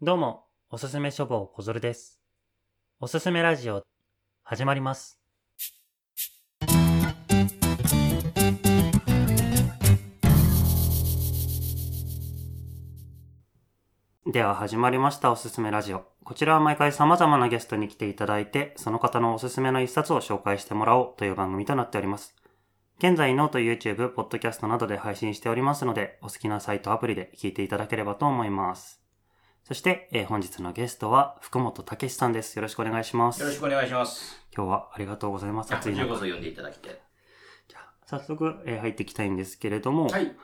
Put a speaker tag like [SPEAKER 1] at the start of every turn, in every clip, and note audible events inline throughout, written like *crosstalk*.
[SPEAKER 1] どうも、おすすめ書房小鶴です。おすすめラジオ、始まります。では始まりましたおすすめラジオ。こちらは毎回様々なゲストに来ていただいて、その方のおすすめの一冊を紹介してもらおうという番組となっております。現在ノート YouTube、ポッドキャストなどで配信しておりますので、お好きなサイトアプリで聞いていただければと思います。そして、えー本日のゲストは福本武史さんです。よろしくお願いします。
[SPEAKER 2] よろしくお願いします。
[SPEAKER 1] 今日はありがとうございます。
[SPEAKER 2] あ
[SPEAKER 1] 暑
[SPEAKER 2] こ
[SPEAKER 1] い
[SPEAKER 2] ちらこそ
[SPEAKER 1] 中。
[SPEAKER 2] 読んでいただきて。
[SPEAKER 1] じゃあ早速、えー入っていきたいんですけれども、
[SPEAKER 2] い。
[SPEAKER 1] 読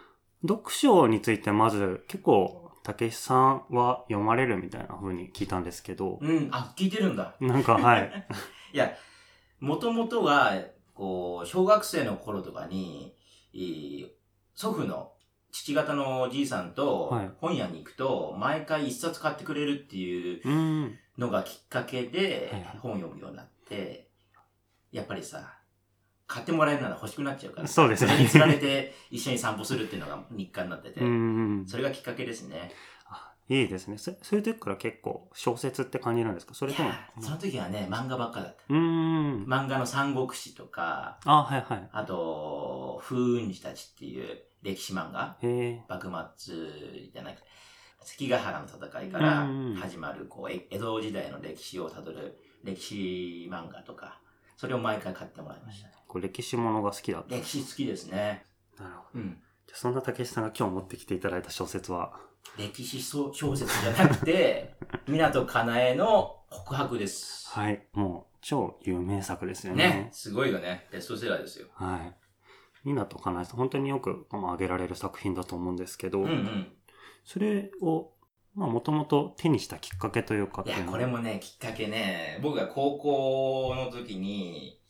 [SPEAKER 1] 書についてまず結構、武史さんは読まれるみたいな風に聞いたんですけど、
[SPEAKER 2] うん、あ、聞いてるんだ。
[SPEAKER 1] なんか
[SPEAKER 2] *laughs*
[SPEAKER 1] はい。
[SPEAKER 2] いや、もともとは、こう、小学生の頃とかに、いい祖父の父方のおじいさんと
[SPEAKER 1] はい
[SPEAKER 2] 本屋に行くと、毎回一冊買ってくれるっていう
[SPEAKER 1] うーん。
[SPEAKER 2] のがきっかけで
[SPEAKER 1] はいはい
[SPEAKER 2] 本を読むようになって、やっぱりさ、買ってもらえるなら欲しくなっちゃうから、
[SPEAKER 1] そうですね
[SPEAKER 2] それに釣られて一緒に散歩するっていうのが日課になってて
[SPEAKER 1] う、ーん。
[SPEAKER 2] それがきっかけですね。
[SPEAKER 1] あいいですね。そそういう時から結構小説って感じなんですかそれ
[SPEAKER 2] いや
[SPEAKER 1] とも。
[SPEAKER 2] ーその時はね、漫画ばっかだった。
[SPEAKER 1] うーん。
[SPEAKER 2] 漫画の三国志とか、
[SPEAKER 1] あ、はいはい。
[SPEAKER 2] あと、風雲児たちっていう歴史漫画、
[SPEAKER 1] へえ。
[SPEAKER 2] 幕末じゃなくて、関ヶ原の戦いから
[SPEAKER 1] うん
[SPEAKER 2] 始まる、こう、え江戸時代の歴史をたどる歴史漫画とか、それを毎回買ってもらいましたね。
[SPEAKER 1] こう歴史ものが好きだった。
[SPEAKER 2] 歴史好きですね。
[SPEAKER 1] なるほど。
[SPEAKER 2] うん。
[SPEAKER 1] じゃあそんな武史さんが今日持ってきていただいた小説は、
[SPEAKER 2] 歴史小小説じゃなくて、
[SPEAKER 1] *laughs*
[SPEAKER 2] 港かなえの告白です。
[SPEAKER 1] はい。もう超有名作ですよね。
[SPEAKER 2] ね。すごいよね。ベストセラーですよ。
[SPEAKER 1] はい。湊かなえさん、本当によくまあ挙げられる作品だと思うんですけど、
[SPEAKER 2] うんうん。
[SPEAKER 1] それを、まあ、もともと手にしたきっかけというかっ
[SPEAKER 2] い
[SPEAKER 1] てい
[SPEAKER 2] や、
[SPEAKER 1] うのは
[SPEAKER 2] これもね、きっかけね、僕が高校の時に、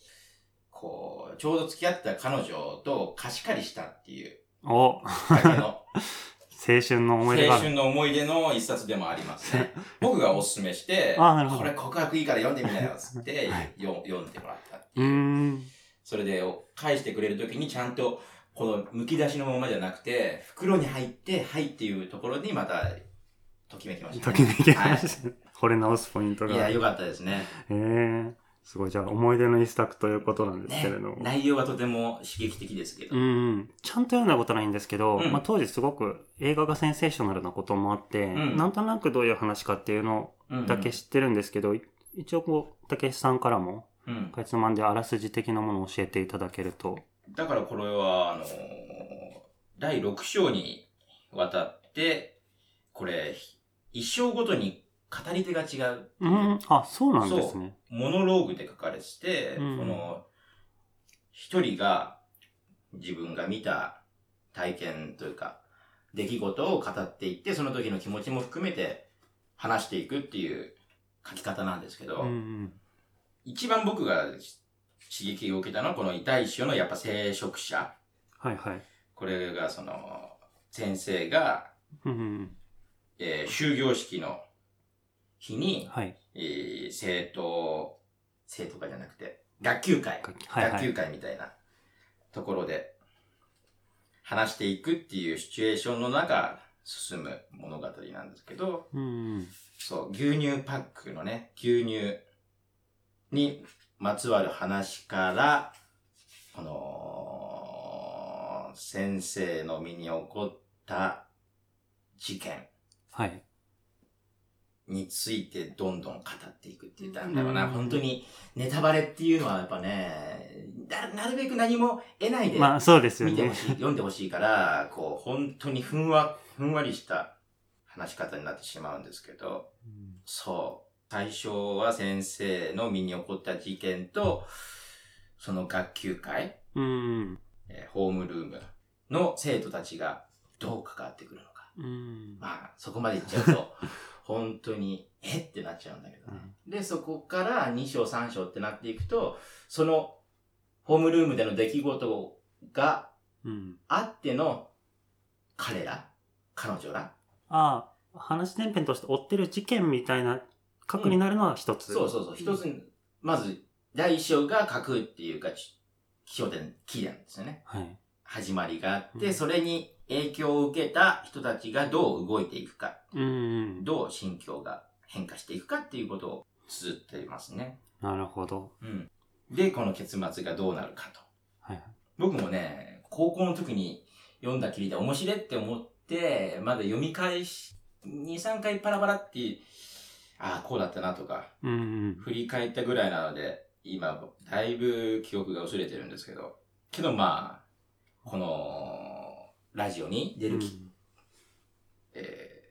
[SPEAKER 2] こう、ちょうど付き合ってた彼女と貸し借りしたっていう、
[SPEAKER 1] お、
[SPEAKER 2] きっかけの
[SPEAKER 1] 青春の *laughs* 思
[SPEAKER 2] 青
[SPEAKER 1] い出がある。
[SPEAKER 2] 春の思い出の一冊でもありま
[SPEAKER 1] *laughs*
[SPEAKER 2] すね。僕がおすすめして、
[SPEAKER 1] あーなるほど
[SPEAKER 2] これ告白いいから読んでみなよ、つって、
[SPEAKER 1] はい
[SPEAKER 2] よ読んでもらったって
[SPEAKER 1] う
[SPEAKER 2] い
[SPEAKER 1] ー
[SPEAKER 2] う。
[SPEAKER 1] ん。
[SPEAKER 2] それで、返してくれる時にちゃんと、この剥き出しのままじゃなくて、袋に入って、はいっていうところにまた、ときめきました、
[SPEAKER 1] と
[SPEAKER 2] ね。
[SPEAKER 1] きめきま
[SPEAKER 2] は
[SPEAKER 1] したね。惚れ直すポイント
[SPEAKER 2] いいや、
[SPEAKER 1] が。え
[SPEAKER 2] よかったですね。
[SPEAKER 1] ー、すごい。じゃあ、思い出の一作ということなんですけれども。
[SPEAKER 2] ね、内容はとても刺激的ですけど、
[SPEAKER 1] うんうん、ちゃんと読んだことないんですけど、
[SPEAKER 2] うん
[SPEAKER 1] まあ、当時すごく映画がセンセーショナルなこともあって、
[SPEAKER 2] うん
[SPEAKER 1] なんとなくどういう話かっていうの
[SPEAKER 2] うんうん
[SPEAKER 1] だけ知ってるんですけど、い一応こう、たけしさんからも、
[SPEAKER 2] うん
[SPEAKER 1] かいつまんであらすじ的なものを教えていただけると。
[SPEAKER 2] だからこれはあのー第6章にわたってこれ一章ごとに語り手が違う
[SPEAKER 1] うん、あ、そうなんですね。
[SPEAKER 2] モノローグで書かれてて、
[SPEAKER 1] うん
[SPEAKER 2] その一人が自分が見た体験というか出来事を語っていってその時の気持ちも含めて話していくっていう書き方なんですけど、
[SPEAKER 1] うんうん、
[SPEAKER 2] 一番僕が刺激を受けたのは、この痛い種のやっぱ聖職者。
[SPEAKER 1] はいはい。
[SPEAKER 2] これがその、先生が、
[SPEAKER 1] うんうん、
[SPEAKER 2] えー終業式の日に、
[SPEAKER 1] はい。
[SPEAKER 2] えー生徒、生徒会じゃなくて、学級会。
[SPEAKER 1] はいは
[SPEAKER 2] 学級
[SPEAKER 1] い。
[SPEAKER 2] 会みたいなところで、話していくっていうシチュエーションの中、進む物語なんですけど、
[SPEAKER 1] うんうん、
[SPEAKER 2] そう、牛乳パックのね、牛乳にまつわる話から、この、先生の身に起こった事件
[SPEAKER 1] はい。
[SPEAKER 2] についてどんどん語っていくって言ったんだろうな。
[SPEAKER 1] うん
[SPEAKER 2] 本当に、ネタバレっていうのはやっぱね、ななるべく何も得ないで
[SPEAKER 1] まあ、そうですよ
[SPEAKER 2] 見て
[SPEAKER 1] ね
[SPEAKER 2] ほ。しい、読んでほしいから、こう、本当にふんわ、ふんわりした話し方になってしまうんですけど、
[SPEAKER 1] うん
[SPEAKER 2] そう。最初は先生の身に起こった事件と、その学級会、
[SPEAKER 1] うん
[SPEAKER 2] えーホームルームの生徒たちがどう関わってくるのか。
[SPEAKER 1] うん、うん。
[SPEAKER 2] まあ、そこまでいっちゃう *laughs* と、本当に、えってなっちゃうんだけどね。で、そこから2章3章ってなっていくと、そのホームルームでの出来事が
[SPEAKER 1] うん。
[SPEAKER 2] あっての彼ら、彼女ら、
[SPEAKER 1] ああ、話前編として追ってる事件みたいな核になるのは一つ。
[SPEAKER 2] そうそうそう。一つに、まず、第一章が書くっていうか、ち起承点、起点ですよね。
[SPEAKER 1] はい。
[SPEAKER 2] 始まりがあって、
[SPEAKER 1] うん
[SPEAKER 2] それに影響を受けた人たちがどう動いていくか、
[SPEAKER 1] うん。
[SPEAKER 2] どう心境が変化していくかっていうことを綴っていますね。
[SPEAKER 1] なるほど。
[SPEAKER 2] うん。で、この結末がどうなるかと。
[SPEAKER 1] はいはい。
[SPEAKER 2] 僕もね、高校の時に読んだきりで面白いって思って、まだ読み返し、2、3回パラパラって、ああ、こうだったなとか、
[SPEAKER 1] うんうん。
[SPEAKER 2] 振り返ったぐらいなので、今、だいぶ記憶が薄れてるんですけど、けどまあ、この、ラジオに出るき、えー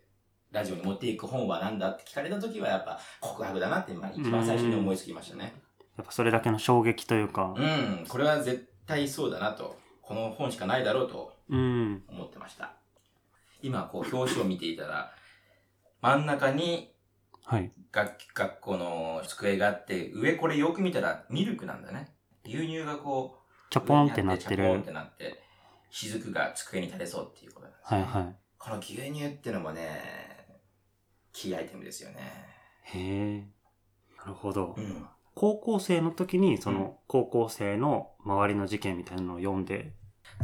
[SPEAKER 2] ラジオに持っていく本は何だって聞かれた時はやっぱ告白だなって、まあ、一番最初に思いつきましたね。
[SPEAKER 1] やっぱそれだけの衝撃というか
[SPEAKER 2] う、ん、これは絶対そうだなと、この本しかないだろうと
[SPEAKER 1] うん。
[SPEAKER 2] 思ってました。今、こう、表紙を見ていたら、真ん中に
[SPEAKER 1] はい。
[SPEAKER 2] 学学校の机があって、上これよく見たらミルクなんだね。牛乳がこう、
[SPEAKER 1] チャポンってなって
[SPEAKER 2] 上にあチャポンっ
[SPEAKER 1] る。
[SPEAKER 2] てなって、雫が机に垂れそうっていうことなんです、
[SPEAKER 1] は
[SPEAKER 2] ね。
[SPEAKER 1] いはい。
[SPEAKER 2] この牛乳ってのもね、キーアイテムですよね。
[SPEAKER 1] へえ。なるほど
[SPEAKER 2] う。ん。
[SPEAKER 1] 高校生の時に、そ
[SPEAKER 2] うん
[SPEAKER 1] の、高校生の周りの事件みたいなのを読んで、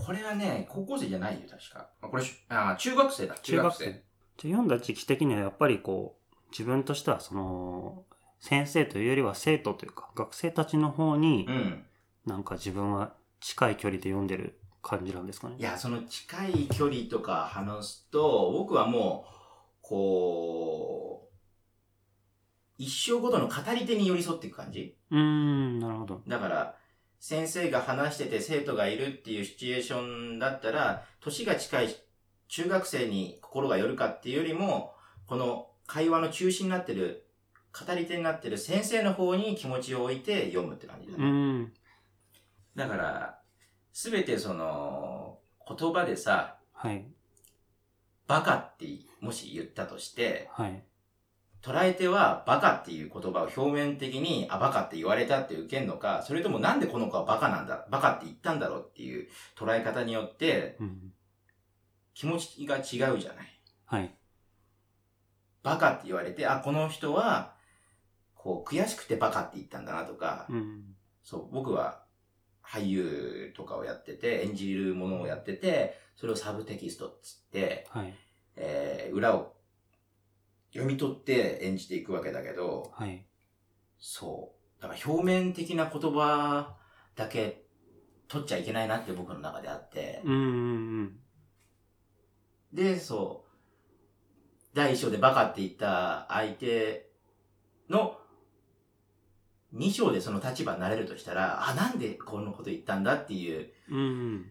[SPEAKER 2] これはね、高校生じゃないよ、確か。あこれ、あ、中学生だ、中学生。
[SPEAKER 1] 中学じゃあ読んだ時期的にはやっぱりこう、自分としてはその、先生というよりは生徒というか、学生たちの方に
[SPEAKER 2] う、ん。
[SPEAKER 1] なんか自分は近い距離で読んでる感じなんですかね。
[SPEAKER 2] いや、その近い距離とか話すと、僕はもう、こう、一生ごとの語り手に寄り添っていく感じ。
[SPEAKER 1] うーん、なるほど。
[SPEAKER 2] だから、先生が話してて生徒がいるっていうシチュエーションだったら、年が近い中学生に心が寄るかっていうよりも、この会話の中心になってる、語り手になってる先生の方に気持ちを置いて読むって感じだ
[SPEAKER 1] う
[SPEAKER 2] ね。
[SPEAKER 1] ーん、
[SPEAKER 2] だから、すべてその、言葉でさ、
[SPEAKER 1] はい、
[SPEAKER 2] バカってもし言ったとして、
[SPEAKER 1] はい。
[SPEAKER 2] 捉え手はバカっていう言葉を表面的に、あ、バカって言われたって受けるのか、それともなんでこの子はバカなんだ、バカって言ったんだろうっていう捉え方によって
[SPEAKER 1] うん、
[SPEAKER 2] 気持ちが違うじゃない。
[SPEAKER 1] はい。
[SPEAKER 2] バカって言われて、あ、この人は、こう、悔しくてバカって言ったんだなとか、
[SPEAKER 1] うん、
[SPEAKER 2] そう、僕は俳優とかをやってて、演じるものをやってて、それをサブテキストっつって、
[SPEAKER 1] はい、
[SPEAKER 2] えー裏を読み取って演じていくわけだけど、
[SPEAKER 1] はい。
[SPEAKER 2] そう。だから表面的な言葉だけ取っちゃいけないなって僕の中であって
[SPEAKER 1] う、ーんうん、
[SPEAKER 2] で、そう。第一章でバカって言った相手の二章でその立場になれるとしたら、あ、なんでこのこと言ったんだっていう
[SPEAKER 1] うん、うん。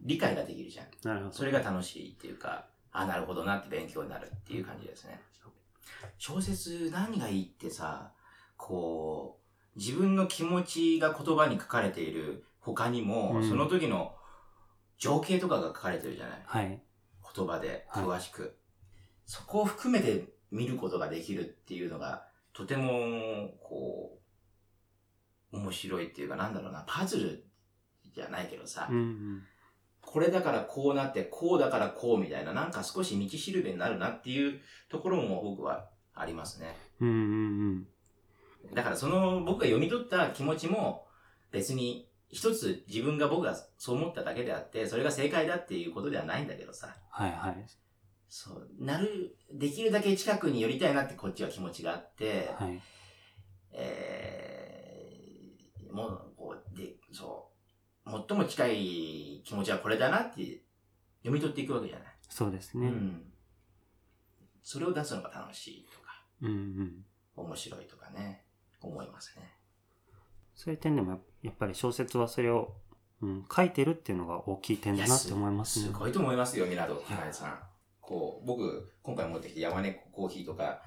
[SPEAKER 2] 理解ができるじゃん。
[SPEAKER 1] なるほど。
[SPEAKER 2] それが楽しいっていうか、あ、なるほどなって勉強になるっていう感じですね。小説何がいいってさ、こう、自分の気持ちが言葉に書かれている他にも、
[SPEAKER 1] うん
[SPEAKER 2] その時の情景とかが書かれてるじゃない
[SPEAKER 1] はい。
[SPEAKER 2] 言葉で
[SPEAKER 1] はい
[SPEAKER 2] 詳しく、そこを含めて見ることができるっていうのが、とても、こう、面白いっていうか、なんだろうな、パズルじゃないけどさ、
[SPEAKER 1] うん、うん。
[SPEAKER 2] これだからこうなって、こうだからこうみたいな、なんか少し道しるべになるなっていうところも僕はありますね。
[SPEAKER 1] うん、うん、うん。
[SPEAKER 2] だからその僕が読み取った気持ちも別に一つ自分が僕がそう思っただけであって、それが正解だっていうことではないんだけどさ。
[SPEAKER 1] はい、はい。
[SPEAKER 2] そう、なる、できるだけ近くに寄りたいなってこっちは気持ちがあって、
[SPEAKER 1] はい。
[SPEAKER 2] えー、もう、こう、で、そう、最も近い気持ちはこれだなって読み取っていくわけじゃない。
[SPEAKER 1] そうです
[SPEAKER 2] う
[SPEAKER 1] ね。
[SPEAKER 2] ん。それを出すのが楽しいとか、
[SPEAKER 1] うん、うん。
[SPEAKER 2] 面白いとかね、思いますね。
[SPEAKER 1] そういう点でもや、やっぱり小説はそれを、うん、書いてるっていうのが大きい点だなって思いますね。
[SPEAKER 2] すごいと思いますよ、港とかさん。こう、僕、今回持ってきて山猫コーヒーとか、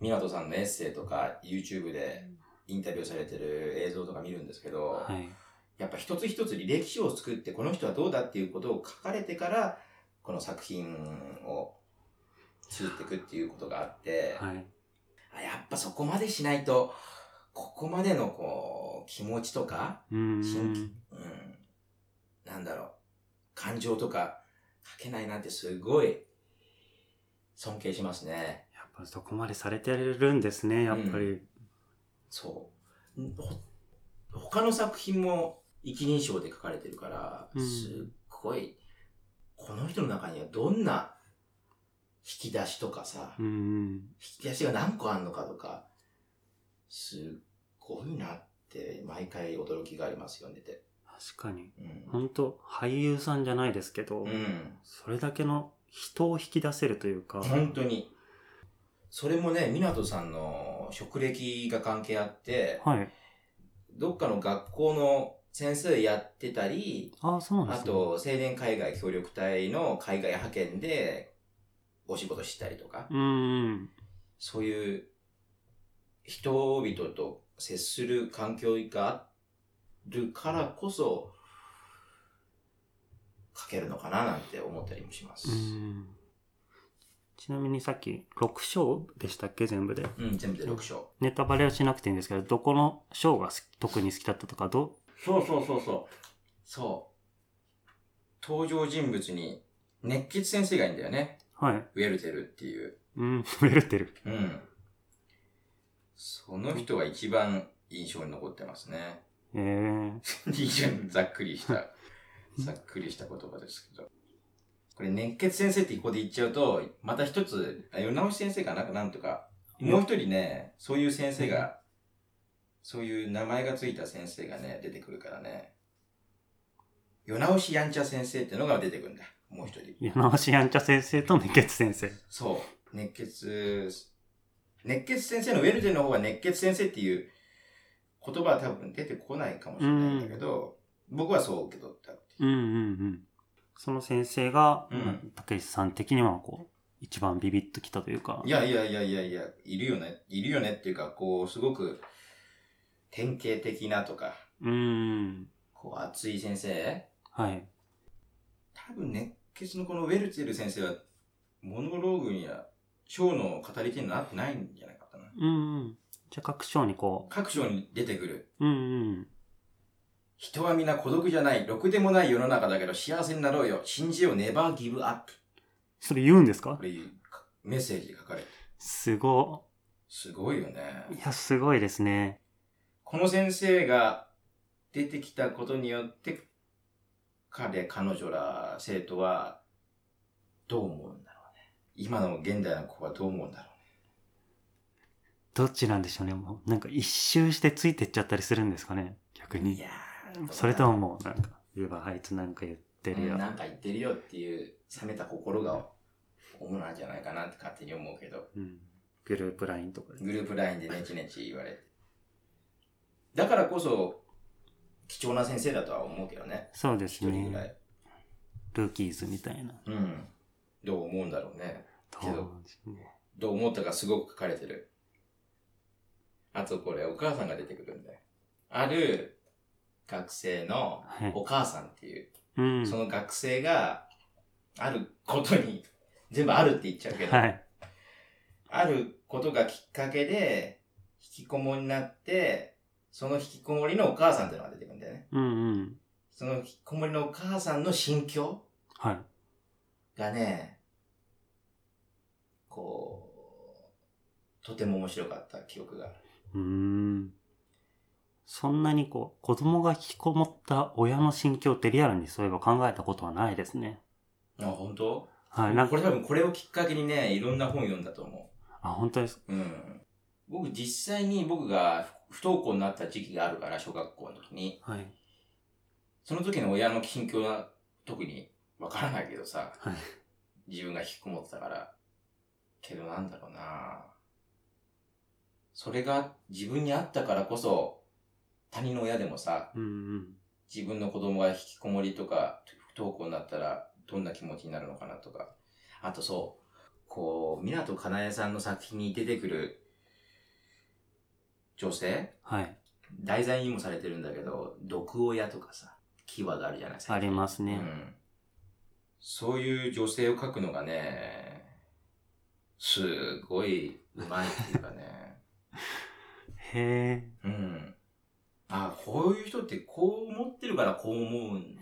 [SPEAKER 2] 港さんのエッセイとか、YouTube でインタビューされてる映像とか見るんですけど、
[SPEAKER 1] はい。
[SPEAKER 2] やっぱ一つ一つ履歴書を作って、この人はどうだっていうことを書かれてから、この作品を綴っていくっていうことがあって、
[SPEAKER 1] はい。
[SPEAKER 2] あやっぱそこまでしないと、ここまでのこう、気持ちとか、
[SPEAKER 1] うん、
[SPEAKER 2] 新規うん、なんだろう、感情とか書けないなんてすごい尊敬しますね。
[SPEAKER 1] やっぱそこまでされてるんですね、やっぱり。
[SPEAKER 2] そう。んほ他の作品も一人称で書かれてるから、
[SPEAKER 1] うん
[SPEAKER 2] すっごい、ここの人の中にはどんな引き出しとかさ、
[SPEAKER 1] うんうん。
[SPEAKER 2] 引き出しが何個あんのかとか、すっごいなって、毎回驚きがあります、読んでて。
[SPEAKER 1] 確かに。
[SPEAKER 2] うん。
[SPEAKER 1] 本当俳優さんじゃないですけど、
[SPEAKER 2] うん。
[SPEAKER 1] それだけの人を引き出せるというか。
[SPEAKER 2] 本当に。それもね、湊さんの職歴が関係あって、
[SPEAKER 1] はい。
[SPEAKER 2] どっかの学校の先生やってたり、
[SPEAKER 1] ああ、そうなん
[SPEAKER 2] あ
[SPEAKER 1] ですね。
[SPEAKER 2] と、青年海外協力隊の海外派遣でお仕事したりとか、
[SPEAKER 1] うんうん。
[SPEAKER 2] そういう人々と接する環境があるからこそ、書けるのかななんて思ったりもします
[SPEAKER 1] う。ん。ちなみにさっき、6章でしたっけ全部で。
[SPEAKER 2] うん、全部で6章。
[SPEAKER 1] ネタバレはしなくていいんですけど、どこの章が好き特に好きだったとか、ど
[SPEAKER 2] そうそうそうそう。そう。登場人物に熱血先生がいいんだよね。
[SPEAKER 1] うはい。
[SPEAKER 2] ウェルテルっていう。
[SPEAKER 1] うん、ウェルテル。
[SPEAKER 2] うん。その人が一番印象に残ってます *laughs* ね。
[SPEAKER 1] ええー。
[SPEAKER 2] 印象にざっくりした、ざっくりした言葉ですけど。これ熱血先生ってここで言っちゃうと、また一つ、あ、世直し先生かななんとか。もう一人ね、そういう先生が、そういう名前がついた先生がね、出てくるからね。世直しやんちゃ先生ってのが出てくるんだ。もう一人。
[SPEAKER 1] 柳橋やんちゃ先生と熱血先生。
[SPEAKER 2] そう。熱血、熱血先生のウェルデンの方は熱血先生っていう言葉は多分出てこないかもしれないんだけど、僕はそう受け取ったっていう
[SPEAKER 1] うんうんうん。その先生が、
[SPEAKER 2] うん
[SPEAKER 1] まあ竹内さん的にはこう、一番ビビッときたというか。
[SPEAKER 2] いやいやいやいやいや、いるよね。いるよねっていうか、こう、すごく典型的なとか、
[SPEAKER 1] うん。
[SPEAKER 2] こう、熱い先生。
[SPEAKER 1] はい。
[SPEAKER 2] 多分熱血のこのウェルテル先生は、モノローグには、ショーの語り手になってないんじゃないかったな。
[SPEAKER 1] うんうん。じゃあ各章にこ
[SPEAKER 2] 各章に出てくる
[SPEAKER 1] う、うんうん。
[SPEAKER 2] 人は皆孤独じゃない、ろくでもない世の中だけど幸せになろうよ。信じよう、ネバーギブアップ。
[SPEAKER 1] それ言うんですか
[SPEAKER 2] これいうメッセージが書かれてる。
[SPEAKER 1] すご。
[SPEAKER 2] すごいよ
[SPEAKER 1] い
[SPEAKER 2] ね。
[SPEAKER 1] や、すごいですね。
[SPEAKER 2] この先生が出てきたことによって、彼、彼女ら、生徒は、どう思うんだろうね。今の現代の子はどう思うんだろ
[SPEAKER 1] どっちなんでしょうね。もう、なんか一周してついてっちゃったりするんですかね。逆
[SPEAKER 2] うね。い
[SPEAKER 1] に。
[SPEAKER 2] やー
[SPEAKER 1] それとももう、なんか、言えばあいつなんか言ってる
[SPEAKER 2] う
[SPEAKER 1] よ
[SPEAKER 2] ん。なんか言ってるよっていう、冷めた心が、主なんじゃないかなって勝手に思うけど。
[SPEAKER 1] うん。グループラインとかで。
[SPEAKER 2] グループラインでネチネチ言われて。だからこそ、貴重な先生だとは思うけどね。
[SPEAKER 1] そうで
[SPEAKER 2] 一
[SPEAKER 1] す
[SPEAKER 2] 人ぐら
[SPEAKER 1] ね。
[SPEAKER 2] い。
[SPEAKER 1] ルーキーズみたいな。
[SPEAKER 2] うん。どう思うんだろうね。けど
[SPEAKER 1] そうですね。
[SPEAKER 2] どう思ったかすごく書かれてる。あとこれ、お母さんが出てくるんだよ。ある学生の
[SPEAKER 1] はい。
[SPEAKER 2] お母さんっていう、
[SPEAKER 1] うん。
[SPEAKER 2] その学生が、あることに、全部あるって言っちゃうけど、
[SPEAKER 1] はい。
[SPEAKER 2] あることがきっかけで、引きこもりになって、その引きこもりのお母さんっていうのが出てくるんだよね。
[SPEAKER 1] うんうん。
[SPEAKER 2] その引きこもりのお母さんの心境
[SPEAKER 1] はい。
[SPEAKER 2] がね、こう、とても面白かった記憶がある。
[SPEAKER 1] うーん。そんなにこう、子供が引きこもった親の心境ってリアルにそういえば考えたことはないですね。
[SPEAKER 2] あ、本当？
[SPEAKER 1] はい。なん
[SPEAKER 2] こ
[SPEAKER 1] か、
[SPEAKER 2] れ多分これをきっかけにね、いろんな本読んだと思
[SPEAKER 1] あ、本当ですか。
[SPEAKER 2] う。うん。僕実際に僕が不登校になった時期があるから、小学校の時に。
[SPEAKER 1] はい。
[SPEAKER 2] その時の親の近況は特にわからないけどさ、
[SPEAKER 1] はい。
[SPEAKER 2] 自分が引きこもってたから。けどなんだろうなそれが自分にあったからこそ、他人の親でもさ、
[SPEAKER 1] うんうん。
[SPEAKER 2] 自分の子供が引きこもりとか、不登校になったらどんな気持ちになるのかなとか。あとそう、こう、港かなえさんの作品に出てくる女性
[SPEAKER 1] はい。
[SPEAKER 2] 題材にもされてるんだけど、毒親とかさ、キーワードあるじゃないですか。
[SPEAKER 1] あります
[SPEAKER 2] う
[SPEAKER 1] ね。
[SPEAKER 2] ん。そういう女性を描くのがね、すごい上手いっていうかね。
[SPEAKER 1] へえ。
[SPEAKER 2] うん。あ、こういう人ってこう思ってるからこう思うん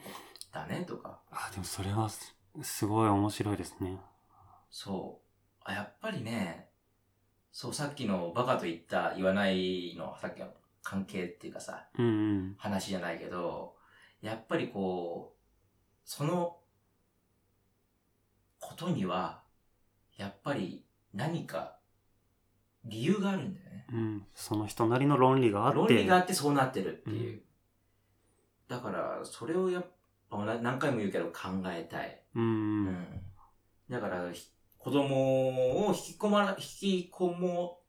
[SPEAKER 2] だねとか。
[SPEAKER 1] あ、でもそれはす、すごい面白いですね。
[SPEAKER 2] そう。あ、やっぱりね、そう、さっきのバカと言った言わないの、さっきの関係っていうかさ、
[SPEAKER 1] うんうん。
[SPEAKER 2] 話じゃないけど、やっぱりこう、そのことには、やっぱり何か理由があるんだよね。
[SPEAKER 1] うん。その人なりの論理があって。
[SPEAKER 2] 論理があってそうなってるっていう。だから、それをやっぱな何回も言うけど考えたい。
[SPEAKER 1] う。
[SPEAKER 2] うん
[SPEAKER 1] うん。
[SPEAKER 2] ん。だから、ひ子供を引きこまら、引きこも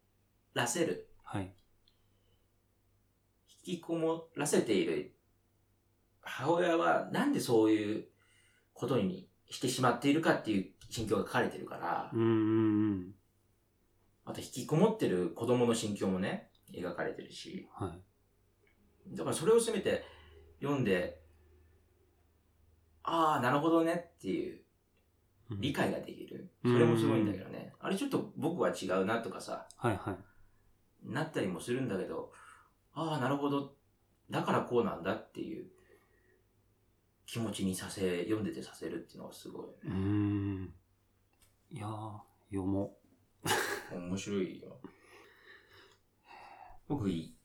[SPEAKER 2] らせる。
[SPEAKER 1] はい。
[SPEAKER 2] 引きこもらせている母親はなんでそういうことにしてしまっているかっていう心境が書かれてるから、
[SPEAKER 1] うんうんうん。
[SPEAKER 2] あと引きこもってる子供の心境もね、描かれてるし、
[SPEAKER 1] はい。
[SPEAKER 2] だからそれをせめて読んで、ああ、なるほどねっていう
[SPEAKER 1] うん
[SPEAKER 2] 理解ができる。
[SPEAKER 1] うん
[SPEAKER 2] それもすごいんだけどね。あれちょっと僕は違うなとかさ、
[SPEAKER 1] はいはい。
[SPEAKER 2] なったりもするんだけど、ああ、なるほど。だからこうなんだっていう気持ちにさせ、読んでてさせるっていうのはすごい。
[SPEAKER 1] うーん。いやー、読も
[SPEAKER 2] 面白いよ。僕、い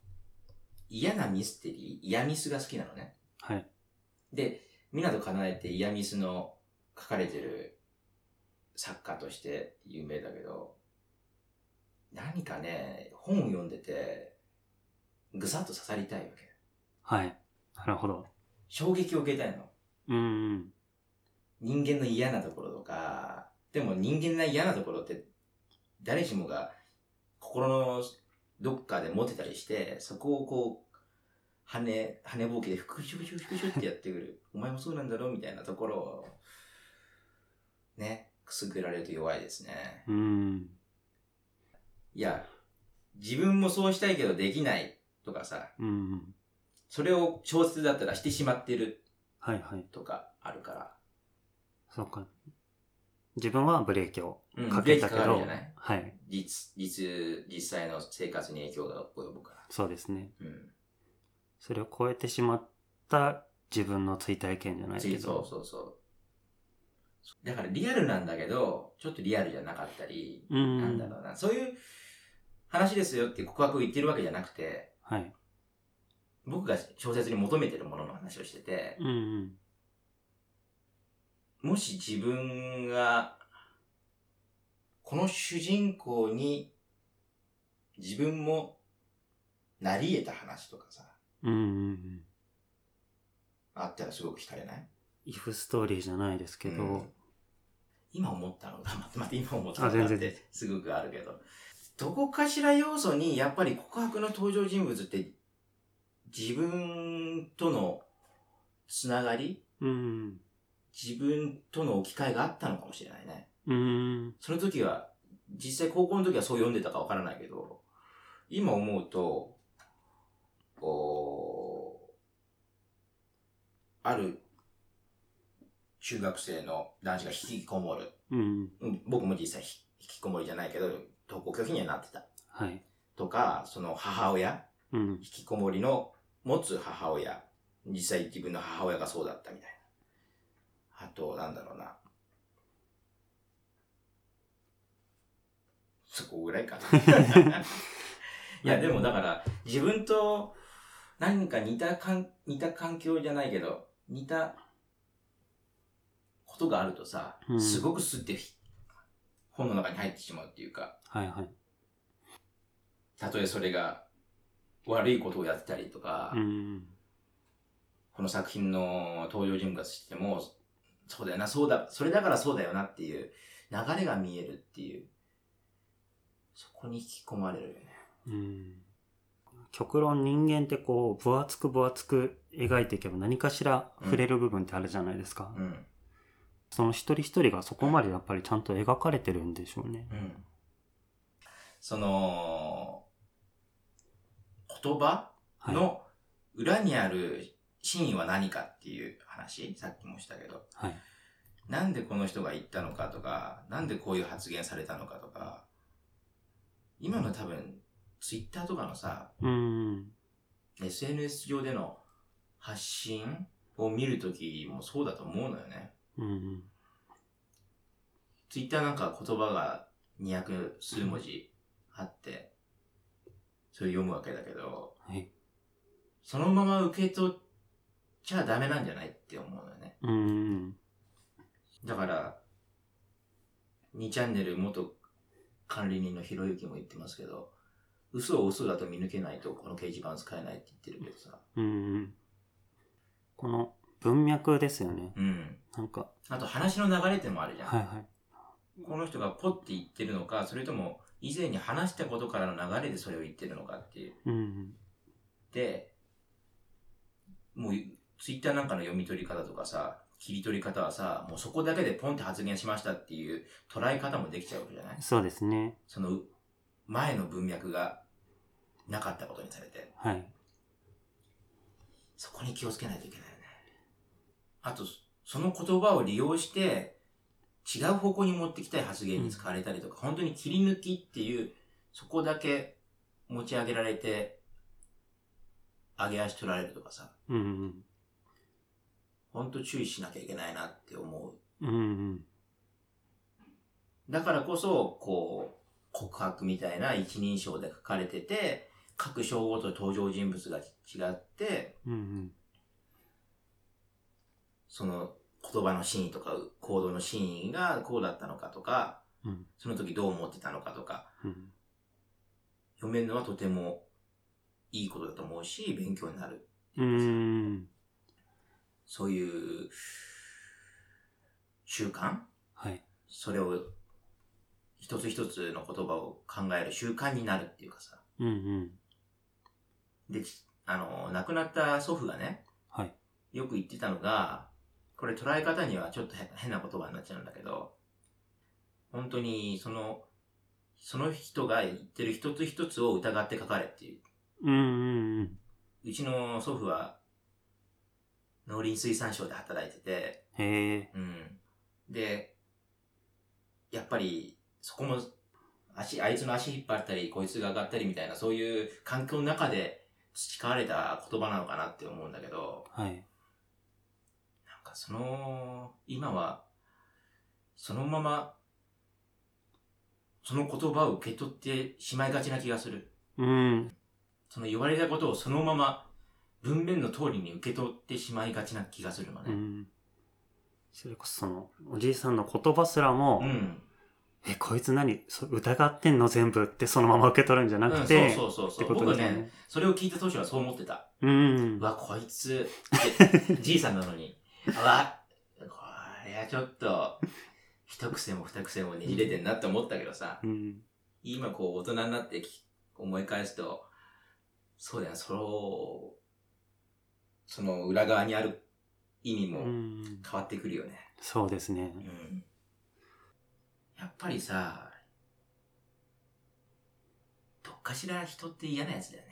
[SPEAKER 2] 嫌なミステリー、嫌ミスが好きなのね。
[SPEAKER 1] う。はい。
[SPEAKER 2] で、湊かなえって嫌ミスの書かれてる作家として有名だけど、何かね、本を読んでて、ぐさっと刺さりたいわけ。
[SPEAKER 1] はい。なるほど。
[SPEAKER 2] 衝撃を受けたいの。
[SPEAKER 1] うんうん。
[SPEAKER 2] 人間の嫌なところとか、でも人間の嫌なところって誰しもが心のどっかで持ってたりして、そこをこう、羽ね、羽ぼうきでふくしゅふしゅふくしゅってやってくる。お前もそうなんだろみたいなところを、ね、くすぐられると弱いですね。
[SPEAKER 1] うん。
[SPEAKER 2] いや、自分もそうしたいけどできないとかさ、
[SPEAKER 1] うんうん。
[SPEAKER 2] それを小説だったらしてしまってる
[SPEAKER 1] はいはい。
[SPEAKER 2] とかあるから。
[SPEAKER 1] そうか。自分はブレーキを
[SPEAKER 2] うん、
[SPEAKER 1] か
[SPEAKER 2] ブレ
[SPEAKER 1] け
[SPEAKER 2] ー
[SPEAKER 1] た
[SPEAKER 2] キ
[SPEAKER 1] け
[SPEAKER 2] かかる
[SPEAKER 1] ど、
[SPEAKER 2] じゃない
[SPEAKER 1] はい。
[SPEAKER 2] 実、実、実際の生活に影響が及ぶから。
[SPEAKER 1] そうですね。
[SPEAKER 2] うん。
[SPEAKER 1] それを超えてしまった自分の追体験じゃないけ
[SPEAKER 2] そう
[SPEAKER 1] ど。
[SPEAKER 2] そうそう。だからリアルなんだけど、ちょっとリアルじゃなかったり、
[SPEAKER 1] ううん。
[SPEAKER 2] なんだろうな、そういう話ですよって告白を言ってるわけじゃなくて、
[SPEAKER 1] はい。
[SPEAKER 2] 僕が小説に求めてるものの話をしてて、
[SPEAKER 1] うんうん。
[SPEAKER 2] もし自分が、この主人公に自分もなり得た話とかさ、
[SPEAKER 1] うんうんうん。
[SPEAKER 2] あったらすごく惹かれない
[SPEAKER 1] イフストーリーじゃないですけど、
[SPEAKER 2] うん今思ったのが、待って待って、今思ったの
[SPEAKER 1] あ全
[SPEAKER 2] がっ
[SPEAKER 1] 然
[SPEAKER 2] て、すごくあるけど、どこかしら要素に、やっぱり告白の登場人物って、自分とのつながり
[SPEAKER 1] うん。
[SPEAKER 2] 自分との置き換えがあったのかもしれないね。
[SPEAKER 1] うん。
[SPEAKER 2] その時は、実際高校の時はそう読んでたかわからないけど、今思うと、おーある中学生の男子が引きこもる。
[SPEAKER 1] うん。
[SPEAKER 2] うん僕も実際ひ引きこもりじゃないけど、登校拒否にはなってた。
[SPEAKER 1] はい。
[SPEAKER 2] とか、その母親、
[SPEAKER 1] うん
[SPEAKER 2] 引。きこもりの持つ母親、実際自分の母親がそうだったみたいな。あと、なんだろうな。そこぐらいか
[SPEAKER 1] *laughs*
[SPEAKER 2] な。いや、でもだから、自分と何か似たかん、似た環境じゃないけど、似たことがあるとさ、
[SPEAKER 1] うん
[SPEAKER 2] すごくすってひ本の中に入ってしまうっていうか、
[SPEAKER 1] はいはい。
[SPEAKER 2] たとえそれが悪いことをやってたりとか、
[SPEAKER 1] うん。
[SPEAKER 2] この作品の登場人物がしても、そうだよな、そうだ、それだからそうだよなっていう流れが見えるっていう、そこに引き込まれるよね。
[SPEAKER 1] うん。極論人間ってこう、分厚く分厚く描いていけば何かしら触れる部分ってあるじゃないですか。
[SPEAKER 2] うん。
[SPEAKER 1] その一人一人がそこまでやっぱりちゃんと描かれてるんでしょうね。
[SPEAKER 2] うん。その、言葉
[SPEAKER 1] はい。
[SPEAKER 2] の裏にある真意は何かっていう話、さっきもしたけど、
[SPEAKER 1] はい。
[SPEAKER 2] なんでこの人が言ったのかとか、なんでこういう発言されたのかとか、今の多分、ツイッターとかのさ、
[SPEAKER 1] うん。
[SPEAKER 2] SNS 上での発信を見るときもそうだと思うのよね。
[SPEAKER 1] うん。
[SPEAKER 2] ツイッターなんか言葉が200数文字あって、それ読むわけだけど、
[SPEAKER 1] はい。
[SPEAKER 2] そのまま受け取っちゃダメなんじゃないって思うのよね。
[SPEAKER 1] うん。
[SPEAKER 2] だから、 2チャンネル元管理人のひろゆきも言ってますけど、嘘を嘘だと見抜けないとこの掲示板使えないって言ってるけどさ。
[SPEAKER 1] うん。この文脈ですよね。
[SPEAKER 2] うん。
[SPEAKER 1] なんか、
[SPEAKER 2] あと話の流れでもあるじゃん。
[SPEAKER 1] はいはい。
[SPEAKER 2] この人がポッて言ってるのか、それとも以前に話したことからの流れでそれを言ってるのかっていう。
[SPEAKER 1] うん。
[SPEAKER 2] で、もうツイッターなんかの読み取り方とかさ、切り取り方はさ、もうそこだけでポンって発言しましたっていう捉え方もできちゃうわけじゃない
[SPEAKER 1] そうですね。
[SPEAKER 2] その前の文脈がなかったことにされて、
[SPEAKER 1] はい。
[SPEAKER 2] そこに気をつけないといけないよね。あと、その言葉を利用して、違う方向に持ってきたい発言に使われたりとか、本当に切り抜きっていう、そこだけ持ち上げられて、上げ足取られるとかさ、
[SPEAKER 1] うん。
[SPEAKER 2] 本当注意しなきゃいけないなって思う。
[SPEAKER 1] うんうん。
[SPEAKER 2] だからこそ、こう、告白みたいな一人称で書かれてて、各章ごと登場人物が違って、
[SPEAKER 1] うんうん。
[SPEAKER 2] その言葉の真意とか行動の真意がこうだったのかとか、
[SPEAKER 1] うん
[SPEAKER 2] その時どう思ってたのかとか、
[SPEAKER 1] うん。
[SPEAKER 2] 読めるのはとてもいいことだと思うし、勉強になる。
[SPEAKER 1] うん。
[SPEAKER 2] そういう習慣
[SPEAKER 1] はい。
[SPEAKER 2] それを一つ一つの言葉を考える習慣になるっていうかさ。
[SPEAKER 1] うんうん。
[SPEAKER 2] で、ちあの、亡くなった祖父がね、
[SPEAKER 1] はい。
[SPEAKER 2] よく言ってたのが、これ捉え方にはちょっと変変な言葉になっちゃうんだけど、本当にその、その人が言ってる一つ一つを疑って書かれっていう。
[SPEAKER 1] うんうんうん。
[SPEAKER 2] うちの祖父は、農林水産省で働いてて、
[SPEAKER 1] へえ。
[SPEAKER 2] うん。で、やっぱり、そこも、足、あいつの足引っ張ったり、こいつが上がったりみたいな、そういう環境の中で培われた言葉なのかなって思うんだけど、
[SPEAKER 1] はい。
[SPEAKER 2] なんかその、今は、そのまま、その言葉を受け取ってしまいがちな気がする。
[SPEAKER 1] うん。
[SPEAKER 2] その言われたことをそのまま、文面の通りに受け取ってしまいがちな気がするの
[SPEAKER 1] う
[SPEAKER 2] ね。
[SPEAKER 1] ん。それこそその、おじいさんの言葉すらも、
[SPEAKER 2] うん。
[SPEAKER 1] え、こいつ何そ疑ってんの全部ってそのまま受け取るんじゃな
[SPEAKER 2] うん
[SPEAKER 1] く
[SPEAKER 2] そう
[SPEAKER 1] て、
[SPEAKER 2] そうそう
[SPEAKER 1] っ
[SPEAKER 2] そ
[SPEAKER 1] て
[SPEAKER 2] う。
[SPEAKER 1] ことで
[SPEAKER 2] 僕
[SPEAKER 1] すよ
[SPEAKER 2] ね、
[SPEAKER 1] ね。
[SPEAKER 2] それを聞いた当初はそう思ってた。
[SPEAKER 1] うん
[SPEAKER 2] う
[SPEAKER 1] うん。
[SPEAKER 2] わ、こいつ、
[SPEAKER 1] *laughs*
[SPEAKER 2] ってじいさんなのに。うわ、これはちょっと、一癖も二癖もねじれてんなって思ったけどさ、
[SPEAKER 1] うん。
[SPEAKER 2] 今こう大人になってき思い返すと、そうだよ、その、その裏側にある意味
[SPEAKER 1] う
[SPEAKER 2] も変
[SPEAKER 1] ん。
[SPEAKER 2] わってくるよね。
[SPEAKER 1] そうですね。
[SPEAKER 2] うん。やっぱりさ、どっかしら人って嫌なやつだよね。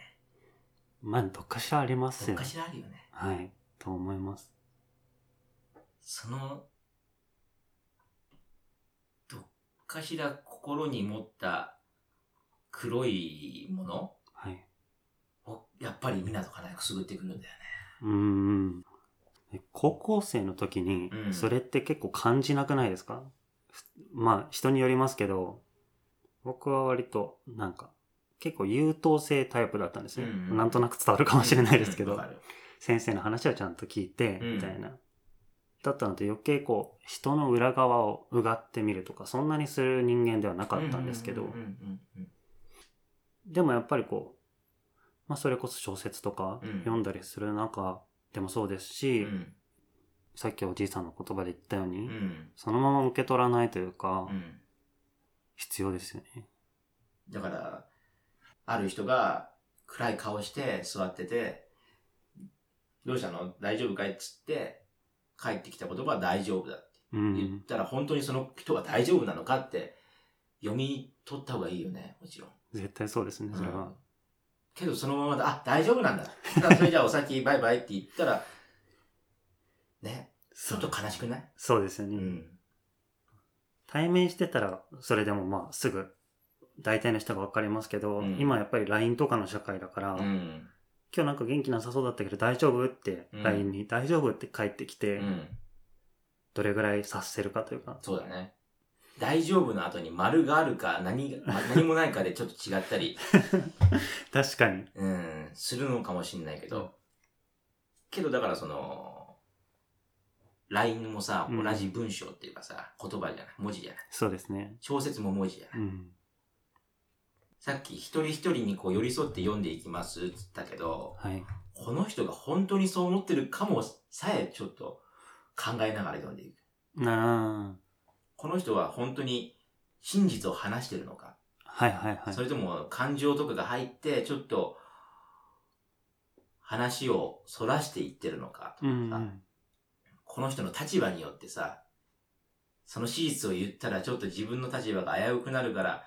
[SPEAKER 1] まあ、どっかしらあります
[SPEAKER 2] どっ
[SPEAKER 1] よ
[SPEAKER 2] か。しらあるよね。
[SPEAKER 1] はい。と思います。
[SPEAKER 2] その、どっかしら心に持った黒いもの
[SPEAKER 1] はい。
[SPEAKER 2] を、やっぱり見なとかないくすぐってくるんだよね。
[SPEAKER 1] うんうん。え高校生の時に
[SPEAKER 2] う、ん
[SPEAKER 1] それって結構感じなくないですか、ふまあ、人によりますけど、僕は割と、なんか、結構優等生タイプだったんですよ。
[SPEAKER 2] うんうん
[SPEAKER 1] なんとなく伝わるかもしれないですけど。
[SPEAKER 2] うんわかる
[SPEAKER 1] 先生の話はちゃんと聞いて、
[SPEAKER 2] うん
[SPEAKER 1] みたいな。だったので余計こう、人の裏側をうがってみるとか、そんなにする人間ではなかったんですけ
[SPEAKER 2] う
[SPEAKER 1] ど
[SPEAKER 2] んう、んうん
[SPEAKER 1] でもやっぱりこう、まあそれこそ小説とか
[SPEAKER 2] うん
[SPEAKER 1] 読んだりする中でもそうです
[SPEAKER 2] う
[SPEAKER 1] し、
[SPEAKER 2] ん
[SPEAKER 1] さっきおじいさんの言葉で言ったように、
[SPEAKER 2] うんうん
[SPEAKER 1] そのまま受け取らないというか、
[SPEAKER 2] うん
[SPEAKER 1] 必要ですよね。
[SPEAKER 2] だから、ある人が暗い顔して座ってて、どうしたの大丈夫かいっつって、帰ってきた言葉は大丈夫だ。
[SPEAKER 1] う
[SPEAKER 2] 言っ
[SPEAKER 1] ん。
[SPEAKER 2] たら本当にその人が大丈夫なのかって読み取った方がいいよね、もちろん。
[SPEAKER 1] 絶対そうですね、それ
[SPEAKER 2] う
[SPEAKER 1] は
[SPEAKER 2] ん。けどそのままだ、あ、大丈夫なんだ。だからそれじゃあお先バイバイって言ったら、ね、ち
[SPEAKER 1] そ
[SPEAKER 2] ょっと
[SPEAKER 1] う
[SPEAKER 2] 悲しくない
[SPEAKER 1] そうですよ
[SPEAKER 2] う
[SPEAKER 1] ね。
[SPEAKER 2] ん。
[SPEAKER 1] 対面してたらそれでもまあすぐ大体の人が分かりますけど、
[SPEAKER 2] うん
[SPEAKER 1] 今やっぱり LINE とかの社会だから、
[SPEAKER 2] う
[SPEAKER 1] 今
[SPEAKER 2] ん。
[SPEAKER 1] 日なんか元気なさそうだったけど大丈夫って
[SPEAKER 2] うん
[SPEAKER 1] LINE に大丈夫って返ってきて、
[SPEAKER 2] うん。
[SPEAKER 1] どれぐらい察せるかというか、
[SPEAKER 2] そうだね。大丈夫の後に丸があるか何が、何もないかでちょっと違っ
[SPEAKER 1] *laughs*
[SPEAKER 2] たり、
[SPEAKER 1] 確かに。
[SPEAKER 2] うん、するのかもしれないけど、けどだからその、 LINE もさ、
[SPEAKER 1] うん
[SPEAKER 2] 同じ文章っていうかさ、言葉じゃない、文字じゃない。
[SPEAKER 1] そうですね。
[SPEAKER 2] 小説も文字じゃない。
[SPEAKER 1] うん。
[SPEAKER 2] さっき一人一人にこう寄り添って読んでいきますって言ったけど、
[SPEAKER 1] はい。
[SPEAKER 2] この人が本当にそう思ってるかもさえちょっと考えながら読んでいく。
[SPEAKER 1] な
[SPEAKER 2] この人は本当に真実を話してるのか、
[SPEAKER 1] あ。はいはいはい。
[SPEAKER 2] それとも感情とかが入って、ちょっと話を逸らしていってるのか
[SPEAKER 1] う
[SPEAKER 2] とかさ、
[SPEAKER 1] んうん。
[SPEAKER 2] この人の立場によってさ、その史実を言ったらちょっと自分の立場が危うくなるから、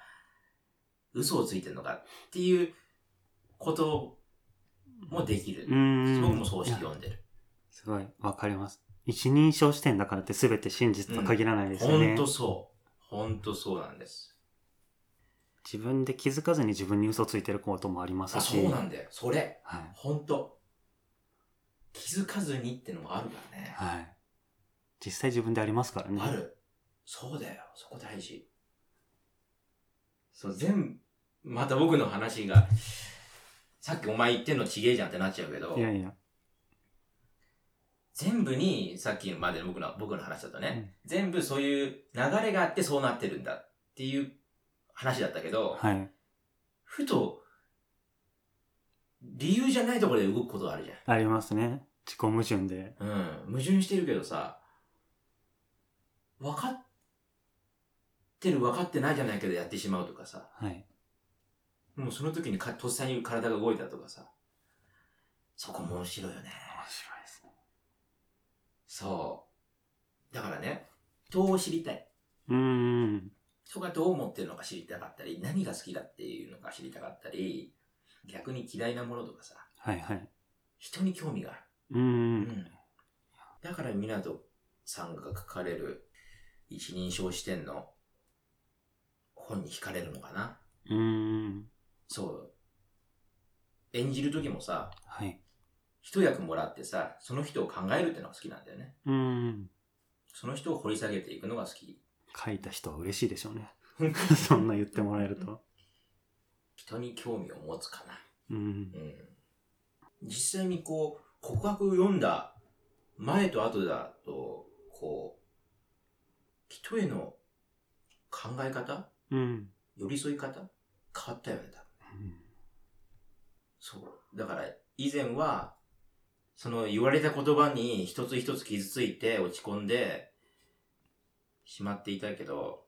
[SPEAKER 2] 嘘をついてるのかっていうこともできる。
[SPEAKER 1] うん。
[SPEAKER 2] 僕もそうして
[SPEAKER 1] いや
[SPEAKER 2] 読んでる。
[SPEAKER 1] すごい、わかります。一人称視点だからって全て真実とは限らないですよ
[SPEAKER 2] ほ
[SPEAKER 1] ね。
[SPEAKER 2] んとそう。ほんとそうなんです。
[SPEAKER 1] 自分で気づかずに自分に嘘ついてることもあります
[SPEAKER 2] あ、
[SPEAKER 1] し。
[SPEAKER 2] そうなんだよ。それ。
[SPEAKER 1] はい。
[SPEAKER 2] ほんと。気づかずにってのもあるからね。
[SPEAKER 1] はい。実際自分でありますからね。
[SPEAKER 2] あ。る。そうだよ。そこ大事。そう、全部、また僕の話が、さっきお前言ってんのちげえじゃんってなっちゃうけど
[SPEAKER 1] い、やいや。
[SPEAKER 2] 全部に、さっきまでの僕の僕の話だとね、全部そういう流れがあってそうなってるんだっていう話だったけど、
[SPEAKER 1] はい。
[SPEAKER 2] ふと、理由じゃないところで動くことがあるじ
[SPEAKER 1] ありますね。自己矛盾で。
[SPEAKER 2] ゃん。うん。矛盾してるけどさ、分かってる分かってないじゃないけどやってしまうとかさ、
[SPEAKER 1] はい。
[SPEAKER 2] もうその時にか、とっさに体が動いたとかさ。そこも面白いよね。
[SPEAKER 1] 面白いですね。
[SPEAKER 2] そう。だからね、人を知りたい。
[SPEAKER 1] うーん。
[SPEAKER 2] 人がどう思ってるのか知りたかったり、何が好きだっていうのか知りたかったり、逆に嫌いなものとかさ、
[SPEAKER 1] はいはい。
[SPEAKER 2] 人に興味があ
[SPEAKER 1] うー
[SPEAKER 2] る。
[SPEAKER 1] ん。
[SPEAKER 2] ん。だから、湊さんが書かれる一人称視点の本に惹かれるのかな。
[SPEAKER 1] うーん。
[SPEAKER 2] そう。演じる時もさ、
[SPEAKER 1] はい。
[SPEAKER 2] 一役もらってさ、その人を考えるってのが好きなんだよね。
[SPEAKER 1] うーん。
[SPEAKER 2] その人を掘り下げていくのが好き。
[SPEAKER 1] 書いた人は嬉しいでしょうね。 *laughs* そんな言ってもらえると。
[SPEAKER 2] 人に興味を持つかな。
[SPEAKER 1] うん。
[SPEAKER 2] うん。実際にこう、告白を読んだ前と後だと、こう、人への考え方
[SPEAKER 1] うん。
[SPEAKER 2] 寄り添い方変わったよね、多分。そう。だから、以前は、その言われた言葉に一つ一つ傷ついて落ち込んでしまっていたけど、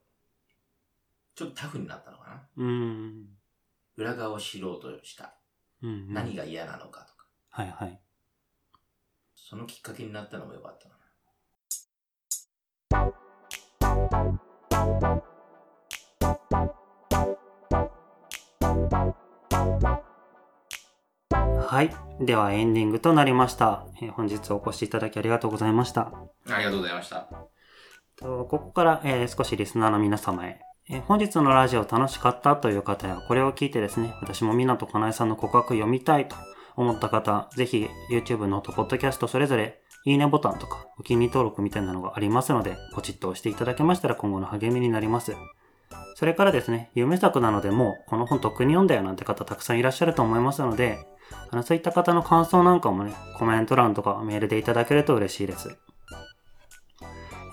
[SPEAKER 2] ちょっとタフになったのかな
[SPEAKER 1] うん。
[SPEAKER 2] 裏側を知ろうとした。
[SPEAKER 1] うん。
[SPEAKER 2] 何が嫌なのかとか。
[SPEAKER 1] はいはい。
[SPEAKER 2] そのきっかけになったのも良かったかな。
[SPEAKER 1] はい。ではエンディングとなりました。えー本日お越しいただきありがとうございました。
[SPEAKER 2] ありがとうございました。
[SPEAKER 1] とここから、えー少しリスナーの皆様へ。えー本日のラジオ楽しかったという方や、これを聞いてですね、私も湊かなえさんの告白読みたいと思った方、ぜひ YouTube のとポッドキャストそれぞれ、いいねボタンとか、お気に入り登録みたいなのがありますので、ポチッと押していただけましたら今後の励みになります。それからですね、有名作なのでもう、この本とっくに読んだよなんて方たくさんいらっしゃると思いますので、あのそういった方の感想なんかもね、コメント欄とかメールでいただけると嬉しいです。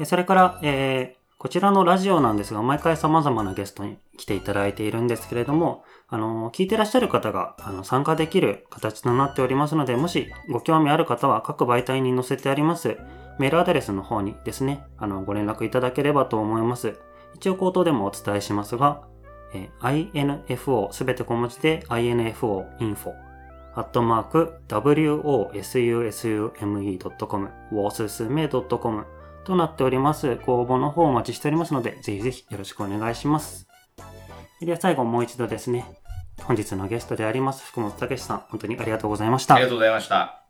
[SPEAKER 1] えそれから、えーこちらのラジオなんですが、毎回様々なゲストに来ていただいているんですけれども、あの、聞いてらっしゃる方が、あの、参加できる形となっておりますので、もしご興味ある方は各媒体に載せてあります、メールアドレスの方にですね、あの、ご連絡いただければと思います。一応口頭でもお伝えしますが、えー info すべて小文字で info info アットマーク wosusume.com おすすめ .com となっております。ご応募の方お待ちしておりますので、ぜひぜひよろしくお願いします。では最後もう一度ですね、本日のゲストであります、福本武史さん、本当にありがとうございました
[SPEAKER 2] あり。がとうございました。